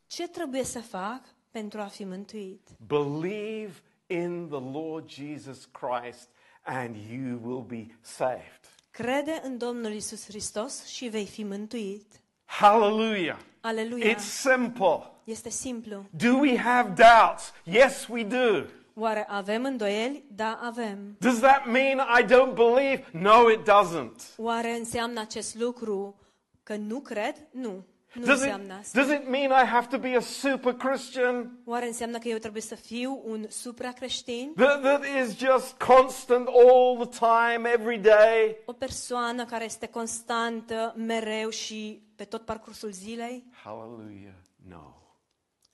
S2: Ce trebuie să fac pentru a fi mântuit?
S1: Believe in the Lord Jesus Christ and you will be saved.
S2: Crede în Domnul Isus Hristos și vei fi mântuit.
S1: Hallelujah.
S2: Aleluia!
S1: It's simple.
S2: Este simplu.
S1: Do we have doubts? Yes, we do.
S2: Oare avem îndoieli? Da, avem.
S1: Does that mean I don't believe? No, it doesn't.
S2: Oare înseamnă acest lucru că nu cred? Nu. Nu
S1: Does it,
S2: înseamnă asta.
S1: does it mean I have to be a super Christian
S2: Oare înseamnă că eu trebuie să fiu un supracreștin?
S1: that, that is just constant all the time, every day?
S2: O persoană care este constantă, mereu și pe tot parcursul zilei?
S1: Hallelujah. No.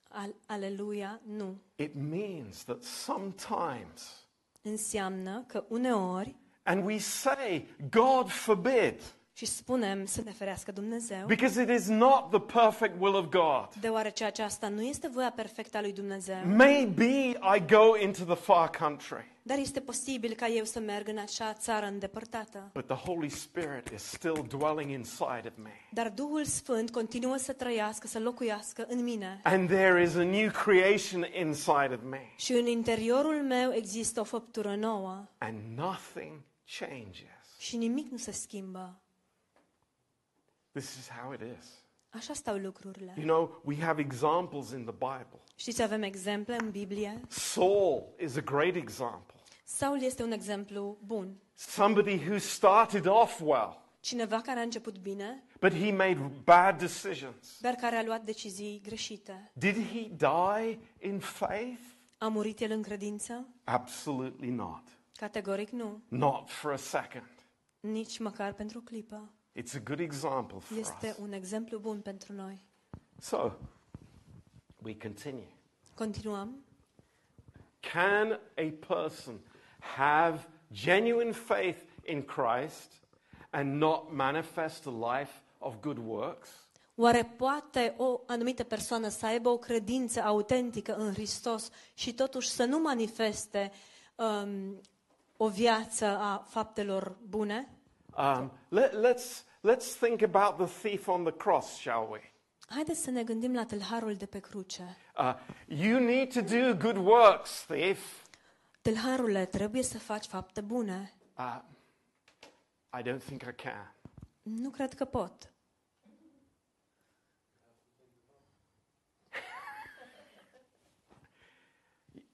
S2: Al- aleluia, nu.
S1: It means that sometimes,
S2: Înseamnă că uneori,
S1: and we say, God forbid,
S2: și spunem să ne ferească Dumnezeu,
S1: because it is not the perfect will of God.
S2: deoarece aceasta nu este voia perfectă a lui Dumnezeu,
S1: Maybe I go into the far country,
S2: dar este posibil ca eu să merg în acea țară îndepărtată.
S1: but the Holy Spirit is still dwelling inside of me.
S2: Dar Duhul Sfânt continuă să trăiască, să locuiască în mine.
S1: And there is a new creation inside of me,
S2: Și în interiorul meu există o făptură nouă
S1: and nothing changes.
S2: și nimic nu se schimbă.
S1: This is how it is.
S2: Așa stau
S1: You
S2: lucrurile.
S1: know, we have examples in the Bible.
S2: Știți, avem exemple în Biblie.
S1: Saul is a great example.
S2: Saul este un exemplu bun.
S1: Somebody who started off well,
S2: Cineva care a început bine,
S1: but he made bad decisions.
S2: dar care a luat decizii greșite.
S1: Did he die in faith?
S2: A murit el în credință?
S1: Absolutely not.
S2: Categoric nu.
S1: Not for a second.
S2: Nici măcar pentru o clipă.
S1: It's a good example for us.
S2: Este un exemplu bun pentru noi.
S1: So, we continue.
S2: Continuăm.
S1: Can a person have genuine faith in Christ and not manifest a life of good works?
S2: Oare poate o anumită persoană să aibă o credință autentică în Hristos și totuși să nu manifeste um, o viață a faptelor bune?
S1: Um, let, us let's think about the thief on the cross, shall we?
S2: Haideți să ne gândim la tâlharul de pe cruce.
S1: Uh, you need to do good works, thief.
S2: Tâlharule, trebuie să faci fapte bune.
S1: Uh, I don't think I can.
S2: Nu cred că pot.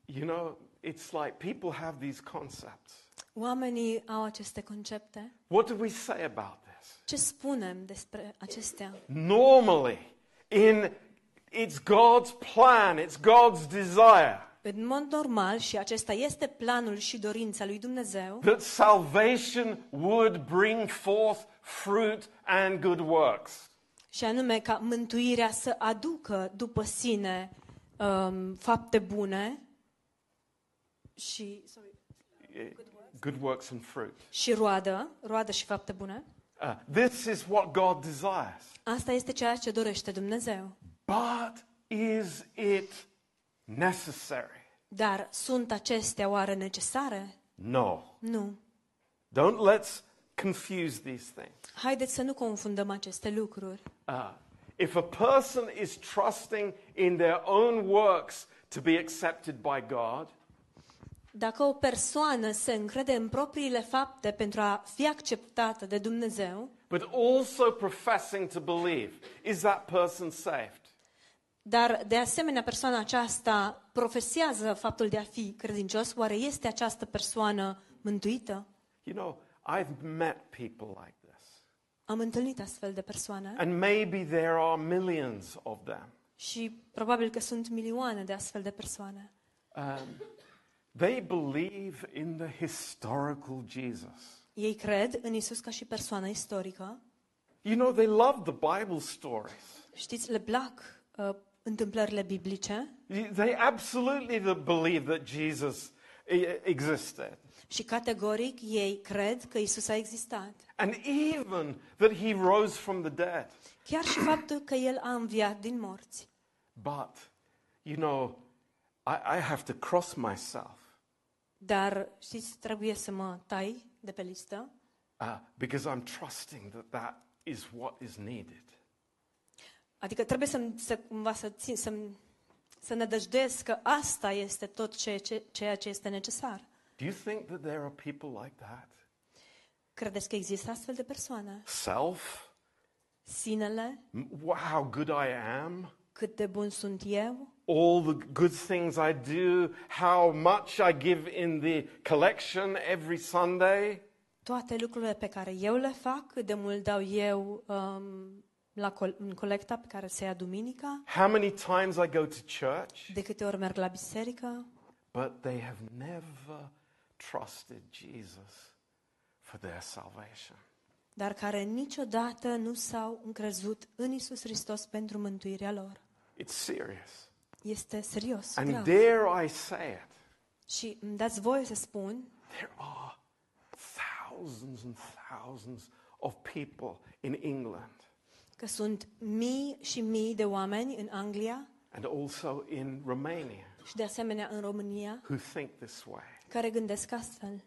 S1: You know, it's like people have these concepts.
S2: Oamenii au aceste concepte.
S1: What do we say about this?
S2: Ce spunem despre acestea?
S1: Normally, in it's God's plan, it's God's desire
S2: În mod normal, și acesta este planul și dorința lui Dumnezeu,
S1: that salvation would bring forth fruit and good works.
S2: și anume ca mântuirea să aducă după sine um, fapte bune și, sorry,
S1: Good works and fruit.
S2: și roadă, roadă și fapte bune.
S1: Uh, this is what God desires.
S2: Asta este ceea ce dorește Dumnezeu.
S1: But is it necessary?
S2: Dar sunt acestea oare necesare?
S1: No.
S2: Nu.
S1: Don't let's confuse these things.
S2: Haideți să nu confundăm aceste lucruri.
S1: Uh, if a person is trusting in their own works to be accepted by God,
S2: Dacă o persoană se încrede în propriile fapte pentru a fi acceptată de Dumnezeu,
S1: but also professing to believe, is that person saved?
S2: dar de asemenea persoana aceasta profesează faptul de a fi credincios, oare este această persoană mântuită?
S1: You know, I've met people like this,
S2: Am întâlnit astfel de persoane
S1: and maybe there are millions of them.
S2: și probabil că sunt milioane de astfel de persoane.
S1: Um, they believe in the historical Jesus.
S2: Ei cred în Isus ca și persoană istorică.
S1: You know, they love the Bible stories.
S2: Știți, le plac uh, întâmplările biblice
S1: They absolutely the- believe that Jesus e- existed.
S2: și categoric ei cred că Isus a existat.
S1: And even that he rose from the dead.
S2: Chiar și faptul că El a înviat din morți.
S1: But, you know, I, I have to cross myself
S2: Dar, știți, trebuie să mă tai de pe listă,
S1: uh, because I'm trusting that that is what is needed.
S2: adică trebuie să, să cumva să țin, să, să nădăjduiesc că asta este tot ce, ce, ceea ce este necesar.
S1: Do you think that there are people like that?
S2: Credeți că există astfel de persoane?
S1: Self?
S2: Sinele,
S1: M- wh- How good I am?
S2: cât de bun sunt eu,
S1: All the good things I do? How much I give in the collection every Sunday?
S2: toate lucrurile pe care eu le fac, cât de mult dau eu um, la col- în colecta pe care se ia duminica,
S1: How many times I go to church?
S2: de câte ori merg la biserică,
S1: But they have never trusted Jesus for their salvation.
S2: dar care niciodată nu s-au încrezut în Isus Hristos pentru mântuirea lor.
S1: It's serious.
S2: Este serios,
S1: And
S2: grav.
S1: dare I say it,
S2: Și îmi dați voie să spun,
S1: there are thousands and thousands of people in England
S2: că sunt mii și mii de oameni în Anglia
S1: and also in Romania
S2: și de asemenea în România
S1: who think this way.
S2: care gândesc astfel.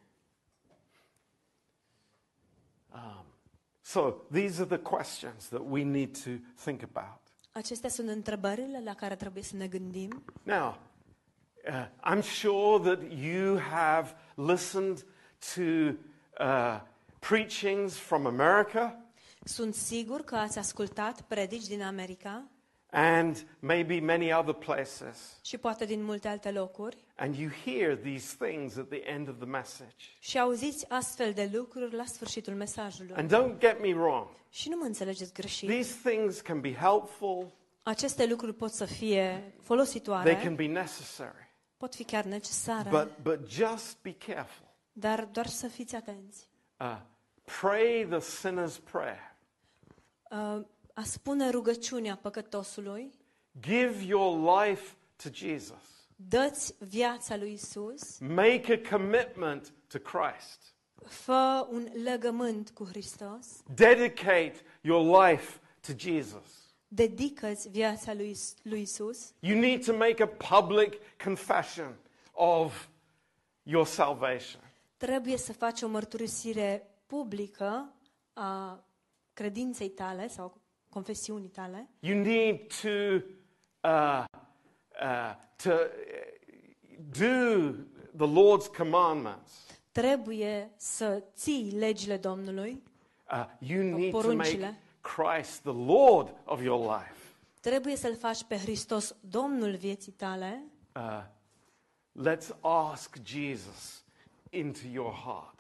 S1: So these are the questions that we need to think about.
S2: Acestea sunt întrebările la care trebuie să ne gândim.
S1: Now, uh, I'm sure that you have listened to uh, preachings from America
S2: Sunt sigur că ați ascultat predici din America
S1: and maybe many other places,
S2: și poate din multe alte locuri
S1: and you hear these things at the end of the message.
S2: și auziți astfel de lucruri la sfârșitul mesajului.
S1: And don't get me wrong,
S2: Și nu mă înțelegeți greșit.
S1: these things can be helpful,
S2: Aceste lucruri pot să fie
S1: they
S2: folositoare,
S1: can be necessary,
S2: pot fi chiar necesare,
S1: but, but just be careful.
S2: dar doar să fiți atenți.
S1: Uh, pray the sinner's prayer.
S2: Uh, a spune rugăciunea păcătosului,
S1: Give your life to Jesus.
S2: dă-ți viața lui Isus,
S1: Make a commitment to Christ.
S2: fă un legământ cu Hristos,
S1: Dedicate your life to Jesus.
S2: dedică-ți viața lui, Is- lui Isus,
S1: You need to make a public confession of your salvation.
S2: trebuie să faci o mărturisire publică a credinței tale sau confesiunii tale.
S1: You need to, uh, uh, to uh, do the Lord's commandments.
S2: Trebuie să ții legile Domnului,
S1: Uh, you need to make
S2: poruncile.
S1: Christ the Lord of your life.
S2: trebuie să-L faci pe Hristos Domnul vieții tale.
S1: Uh, let's ask Jesus into your heart.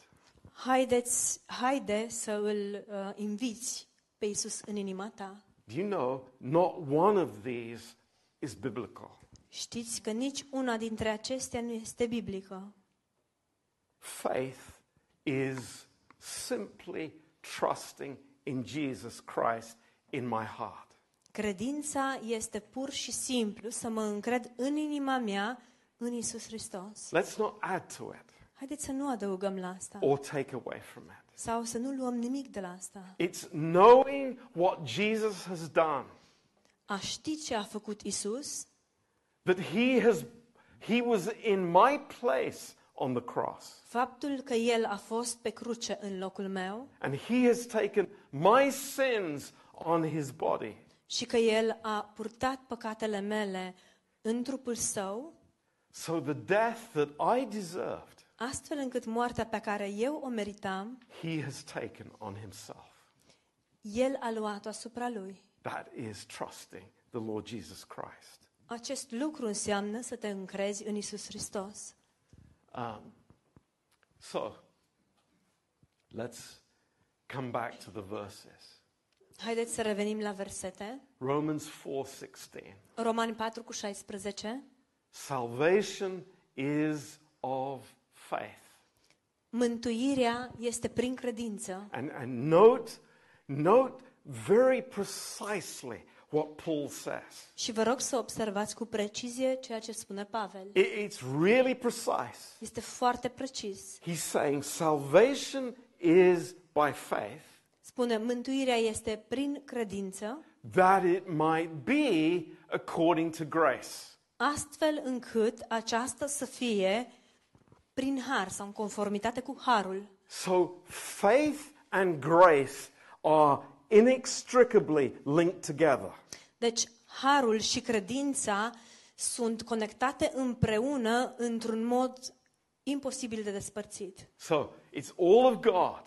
S2: Haideți, haide să îl uh, inviți pe Isus în inima ta.
S1: Do you know not one of these is biblical?
S2: Știți că nici una dintre acestea nu este biblică.
S1: Faith is simply trusting in Jesus Christ in my heart.
S2: Credința este pur și simplu să mă încred în inima mea în Isus Hristos.
S1: Let's not add to it
S2: Haideți să nu adăugăm la asta
S1: or take away from it.
S2: sau să nu luăm nimic de la asta.
S1: It's knowing what Jesus has done,
S2: A ști ce a făcut Isus,
S1: that he, has, he was in my place on the cross.
S2: faptul că El a fost pe cruce în locul meu
S1: And he has taken my sins on his body.
S2: și că El a purtat păcatele mele în trupul Său,
S1: So the death that I deserved,
S2: astfel încât moartea pe care eu o meritam,
S1: he has taken on himself.
S2: El a luat-o asupra Lui.
S1: That is trusting the Lord Jesus Christ.
S2: Acest lucru înseamnă să te încrezi în Isus Hristos.
S1: Um, so let's come back to the verses.
S2: Haideți să revenim la versete.
S1: Romans 4:16.
S2: Romani 4 cu 16.
S1: Salvation is of faith.
S2: Mântuirea este prin credință.
S1: And, and note, note very precisely what Paul says.
S2: Și vă rog să observați cu precizie ceea ce spune Pavel.
S1: I- it's really precise.
S2: Este foarte precis.
S1: He's saying salvation is by faith
S2: Spune, mântuirea este prin credință,
S1: that it might be according to grace.
S2: astfel încât aceasta să fie prin har sau în conformitate cu harul.
S1: So faith and grace are inextricably linked together.
S2: Deci, harul și credința sunt conectate împreună într-un mod imposibil de despărțit.
S1: So it's all of God,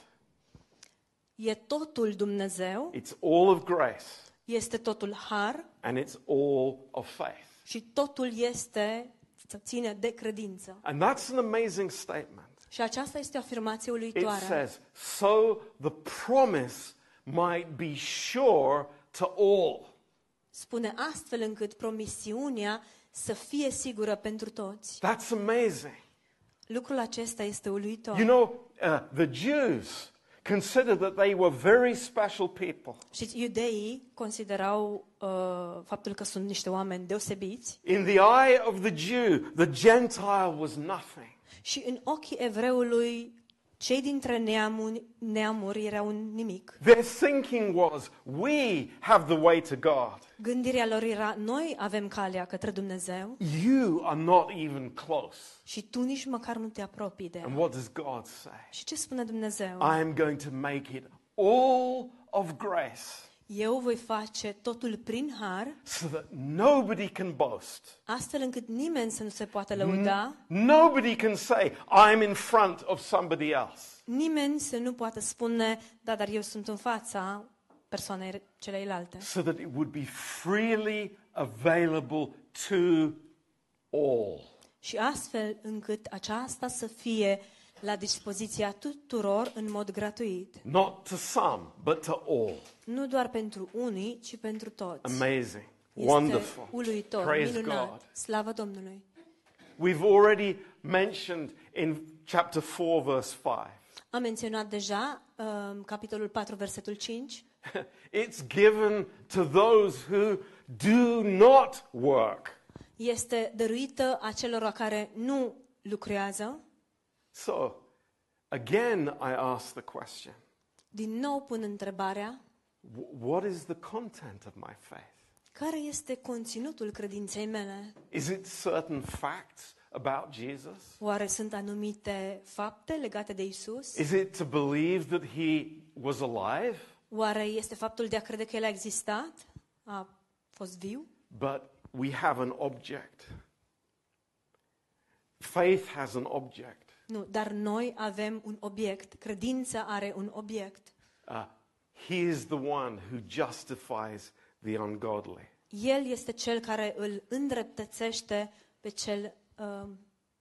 S2: E totul Dumnezeu,
S1: it's all of grace,
S2: este totul har
S1: and it's all of faith.
S2: și totul este să ține de credință.
S1: And that's an amazing statement.
S2: Și aceasta este o afirmație
S1: It
S2: uluitoare.
S1: says, so the promise might be sure to all.
S2: Spune astfel încât promisiunea să fie sigură pentru toți.
S1: That's amazing.
S2: Lucrul acesta este
S1: You
S2: uluitor.
S1: know, uh, the Jews considered that they were very special people.
S2: Și iudeii considerau uh, faptul că sunt niște oameni deosebiți
S1: In the eye of the Jew, the Gentile was nothing.
S2: și în ochii evreului cei dintre neamuri, neamuri erau un nimic.
S1: Their thinking was, we have the way to God.
S2: Gândirea lor era, noi avem calea către Dumnezeu
S1: You are not even close.
S2: și tu nici măcar nu te apropii de ea.
S1: And what does God say?
S2: Și ce spune Dumnezeu?
S1: I am going to make it all of grace
S2: Eu voi face totul prin har,
S1: so that nobody can boast.
S2: astfel încât nimeni să nu se poată
S1: Mm.
S2: lăuda,
S1: Nobody can say, I'm in front of somebody else.
S2: nimeni să nu poată spune, da, dar eu sunt în fața persoanei celeilalte,
S1: So that it would be freely available to all.
S2: și astfel încât aceasta să fie la dispoziția tuturor în mod gratuit,
S1: Not to some, but to all.
S2: nu doar pentru unii, ci pentru toți.
S1: Amazing.
S2: Este
S1: Wonderful.
S2: uluitor,
S1: Praise
S2: minunat,
S1: God.
S2: slavă Domnului!
S1: We've already mentioned in chapter 4, verse 5,
S2: Am menționat deja um, capitolul 4, versetul 5.
S1: [LAUGHS] It's given to those who do not work.
S2: Este dăruită acelor care nu lucrează.
S1: So, again, I ask the question
S2: Din nou pun întrebarea,
S1: wh- what is the content of my faith?
S2: care este conținutul credinței mele?
S1: Is it certain facts about Jesus?
S2: Oare sunt anumite fapte legate de Isus?
S1: Is it to believe that he was alive,
S2: Oare este faptul de a crede că El a existat? A fost viu?
S1: but we have an object? Faith has an object.
S2: Nu, dar noi avem un obiect. Credința are un obiect.
S1: Uh, he is the one who justifies the ungodly.
S2: El este cel care îl îndreptățește pe cel uh,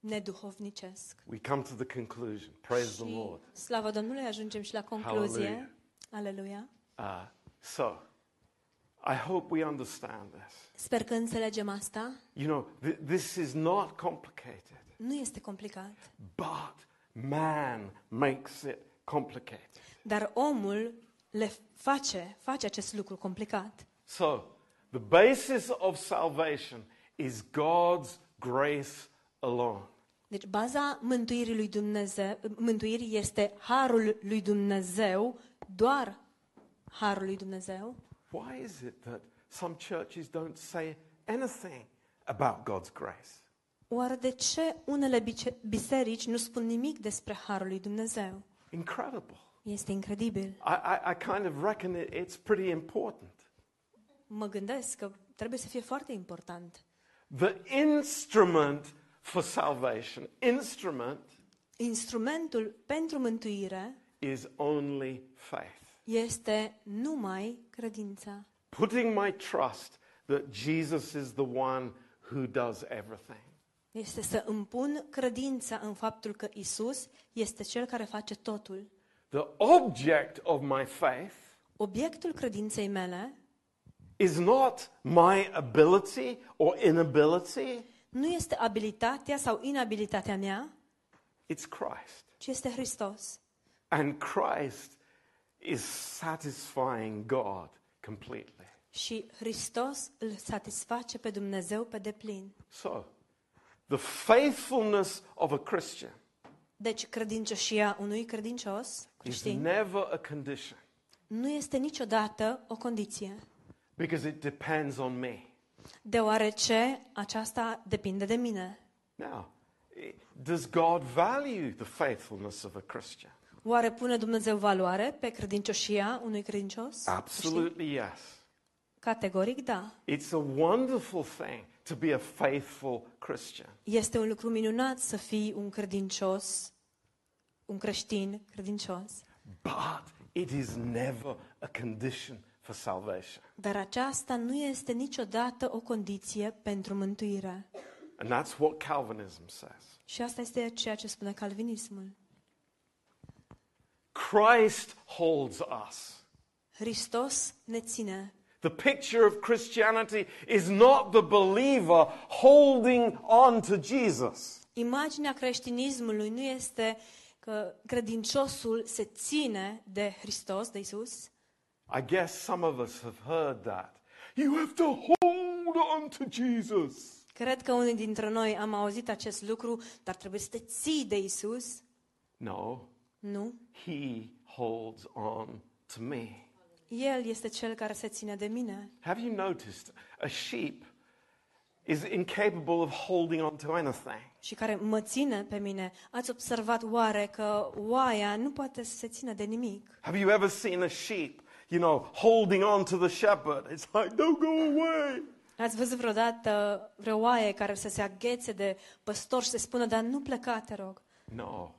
S2: neduhovnicesc.
S1: We come to the conclusion. Praise the
S2: Și,
S1: Lord.
S2: slavă Domnului, ajungem și la concluzie.
S1: Hallelujah.
S2: Aleluia.
S1: Uh, so, I hope we understand this.
S2: Sper că înțelegem asta.
S1: You know, th- this is not complicated,
S2: Nu este complicat.
S1: but man makes it complicated.
S2: Dar omul le face, face acest lucru complicat.
S1: So, the basis of salvation is God's grace alone.
S2: Deci baza mântuirii lui Dumnezeu, mântuirii este harul lui Dumnezeu, doar harul lui Dumnezeu.
S1: Why is it that some churches don't say anything about God's grace?
S2: Oare de ce unele bice- biserici nu spun nimic despre harul lui Dumnezeu?
S1: Incredible.
S2: Este incredibil.
S1: I, I, I kind of reckon it, it's pretty important.
S2: Mă gândesc că trebuie să fie foarte important.
S1: The instrument for salvation, instrument
S2: Instrumentul pentru mântuire
S1: is only faith.
S2: este numai credința.
S1: Putting my trust that Jesus is the one who does everything.
S2: Este să împun credința în faptul că Isus este cel care face totul.
S1: The object of my faith
S2: Obiectul credinței mele
S1: is not my ability or inability,
S2: nu este abilitatea sau inabilitatea mea,
S1: it's Christ.
S2: ci este Hristos.
S1: And Christ is satisfying God completely.
S2: Și Hristos îl satisface pe Dumnezeu pe deplin.
S1: So, the faithfulness of a Christian
S2: Deci credincioșia unui credincios
S1: is
S2: creștin
S1: never a condition
S2: nu este niciodată o condiție,
S1: because it depends on me.
S2: deoarece aceasta depinde de mine.
S1: Now, i- does God value the faithfulness of a Christian?
S2: Oare pune Dumnezeu valoare pe credincioșia unui credincios?
S1: Absolutely yes.
S2: Categoric da.
S1: It's a wonderful thing to be a faithful Christian.
S2: Este un lucru minunat să fii un credincios, un creștin credincios.
S1: But it is never a condition for salvation.
S2: Dar aceasta nu este niciodată o condiție pentru mântuire.
S1: And that's what Calvinism says.
S2: Și asta este ceea ce spune calvinismul.
S1: Christ holds us.
S2: Hristos ne ține.
S1: The picture of Christianity is not the believer holding on to Jesus.
S2: Imaginea creștinismului nu este că credinciosul se ține de Hristos, de Isus.
S1: I guess some of us have heard that. You have to hold on to Jesus.
S2: Cred că unii dintre noi am auzit acest lucru, dar trebuie să te ții de Isus.
S1: No,
S2: Nu.
S1: he holds on to me.
S2: El este cel care se ține de mine.
S1: Have you noticed a sheep is incapable of holding on to anything?
S2: și care mă ține pe mine. Ați observat oare că oaia nu poate să se țină de nimic?
S1: Have you ever seen a sheep, you know, holding on to the shepherd? It's like, don't go away.
S2: Ați văzut vreodată vreo oaie care să se aghețe de păstor și să spună, dar nu pleca, te rog.
S1: No,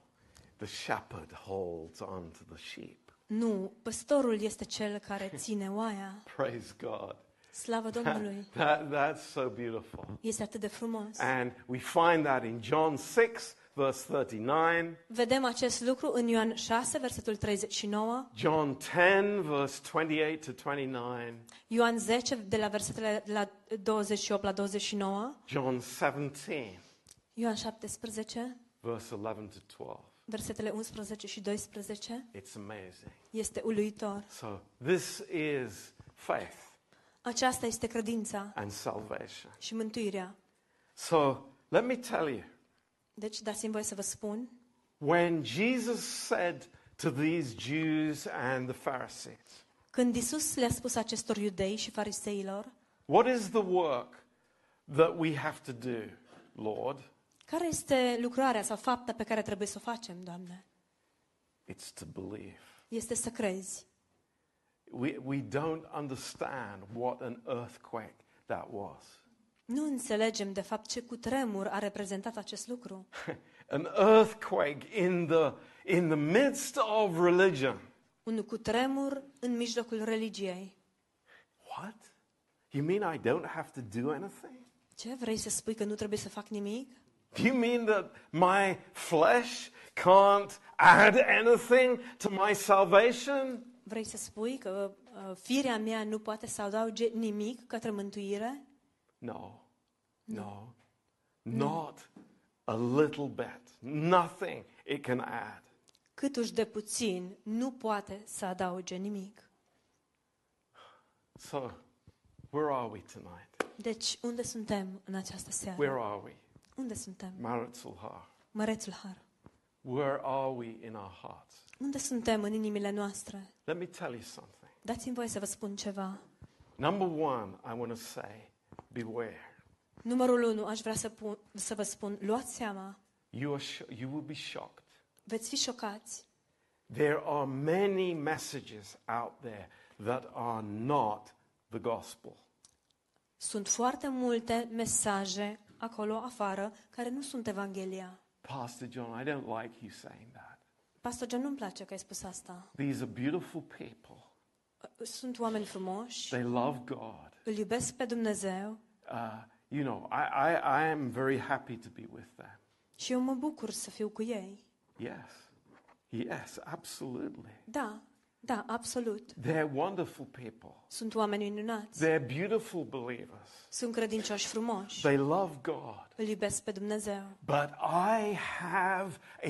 S1: the shepherd holds on to the sheep.
S2: Nu, păstorul este cel care ține oaia.
S1: Praise God.
S2: Slavă Domnului!
S1: That, that's so beautiful.
S2: Este atât de frumos.
S1: And we find that in John 6, verse 39,
S2: Vedem acest lucru în Ioan 6, versetul 39,
S1: John 10, verse 28 to 29,
S2: Ioan 10, de la versetele de la 28 la 29,
S1: John 17,
S2: Ioan 17,
S1: verse 11 to 12.
S2: versetele 11 și 12,
S1: It's amazing.
S2: este uluitor.
S1: So, this is faith
S2: Aceasta este credința
S1: and salvation.
S2: și mântuirea.
S1: So, let me tell you
S2: Deci dați-mi voie să vă spun,
S1: when Jesus said to these Jews and the Pharisees,
S2: când Isus le-a spus acestor iudei și fariseilor,
S1: What is the work that we have to do, Lord?
S2: care este lucrarea sau fapta pe care trebuie să o facem, Doamne?
S1: It's to believe.
S2: Este să crezi.
S1: We, we don't understand what an earthquake that was. [LAUGHS]
S2: Nu înțelegem, de fapt, ce cutremur a reprezentat acest lucru.
S1: an earthquake in the, in the midst of religion.
S2: Un cutremur în mijlocul religiei.
S1: What? You mean I don't have to do anything?
S2: Ce, vrei să spui că nu trebuie să fac nimic?
S1: Do you mean that my flesh can't add anything to my salvation?
S2: Vrei să spui că uh, firea mea nu poate să adauge nimic către mântuire?
S1: No, no, not a little bit. Nothing it can add.
S2: Câtuși de puțin nu poate să adauge nimic.
S1: So, where are we tonight?
S2: Deci, unde suntem în această seară?
S1: Where are we?
S2: Unde suntem?
S1: Maritzulhar.
S2: Mărețul Har.
S1: Where are we in our hearts?
S2: Unde suntem în inimile noastre?
S1: Let me tell you something.
S2: Dați-mi voie să vă spun ceva.
S1: Number one, I want to say, beware.
S2: Numărul 1, aș vrea să, pun, să vă spun, luați seama,
S1: You, are sho- you will be shocked.
S2: veți fi șocați.
S1: There are many messages out there that are not the gospel.
S2: Sunt foarte multe mesaje acolo afară care nu sunt Evanghelia.
S1: Pastor John, I don't like you saying that.
S2: Pastor John, nu-mi place că ai spus asta.
S1: These are beautiful people.
S2: Sunt oameni frumoși,
S1: They love God.
S2: îl iubesc pe Dumnezeu
S1: Uh, you know, I, I, I am very happy to be with them.
S2: și eu mă bucur să fiu cu ei.
S1: Yes. Yes, absolutely.
S2: Da, da, absolut.
S1: They're wonderful people.
S2: Sunt oameni minunați.
S1: They're beautiful believers.
S2: Sunt credincioși frumoși.
S1: They love God.
S2: Îl iubesc pe Dumnezeu.
S1: But I have a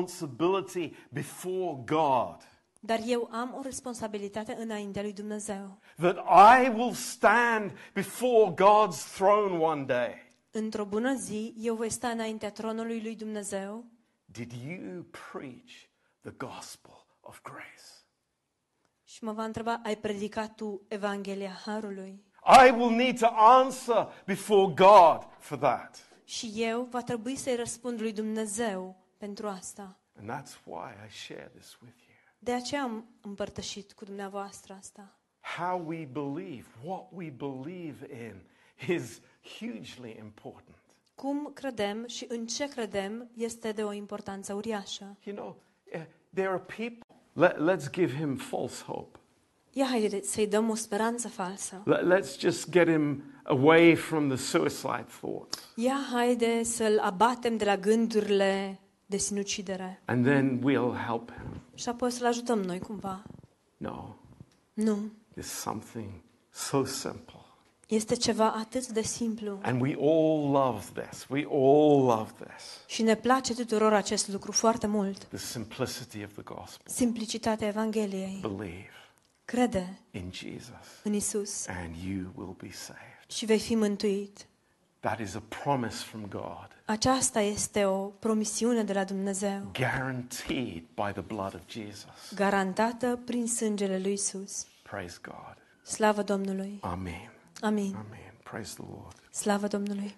S1: responsibility before God
S2: Dar eu am o responsabilitate înaintea lui Dumnezeu.
S1: that I will stand before God's throne one day.
S2: Într-o bună zi, eu voi sta înaintea tronului lui Dumnezeu.
S1: Did you preach the gospel of grace?
S2: Și mă va întreba, ai predicat tu Evanghelia Harului?
S1: I will need to answer before God for that.
S2: Și eu va trebui să-i răspund lui Dumnezeu pentru asta.
S1: And that's why I share this with you.
S2: De aceea am împărtășit cu dumneavoastră asta.
S1: How we believe, what we believe in, is hugely important.
S2: Cum credem și în ce credem este de o importanță uriașă.
S1: You know, eh, there are people. Let, let's give him false hope.
S2: Ia haide să-i dăm o speranță falsă.
S1: Let, let's just get him away from the suicide thoughts.
S2: Ia haide să-l abatem de la gândurile de sinucidere
S1: And then we'll help him.
S2: și apoi să-l ajutăm noi cumva.
S1: No,
S2: Nu.
S1: there's something so simple.
S2: Este ceva atât de simplu.
S1: And we all love this. We all love this.
S2: Și ne place tuturor acest lucru foarte mult.
S1: The simplicity of the gospel.
S2: Simplicitatea Evangheliei.
S1: Believe
S2: Crede
S1: in Jesus.
S2: în Isus
S1: and you will be saved.
S2: și vei fi mântuit.
S1: That is a promise from God,
S2: Aceasta este o promisiune de la Dumnezeu,
S1: guaranteed by the blood of Jesus.
S2: garantată prin sângele lui Isus.
S1: Praise God.
S2: Slavă Domnului!
S1: Amen.
S2: Amin!
S1: Amen. Praise the Lord.
S2: Slavă Domnului!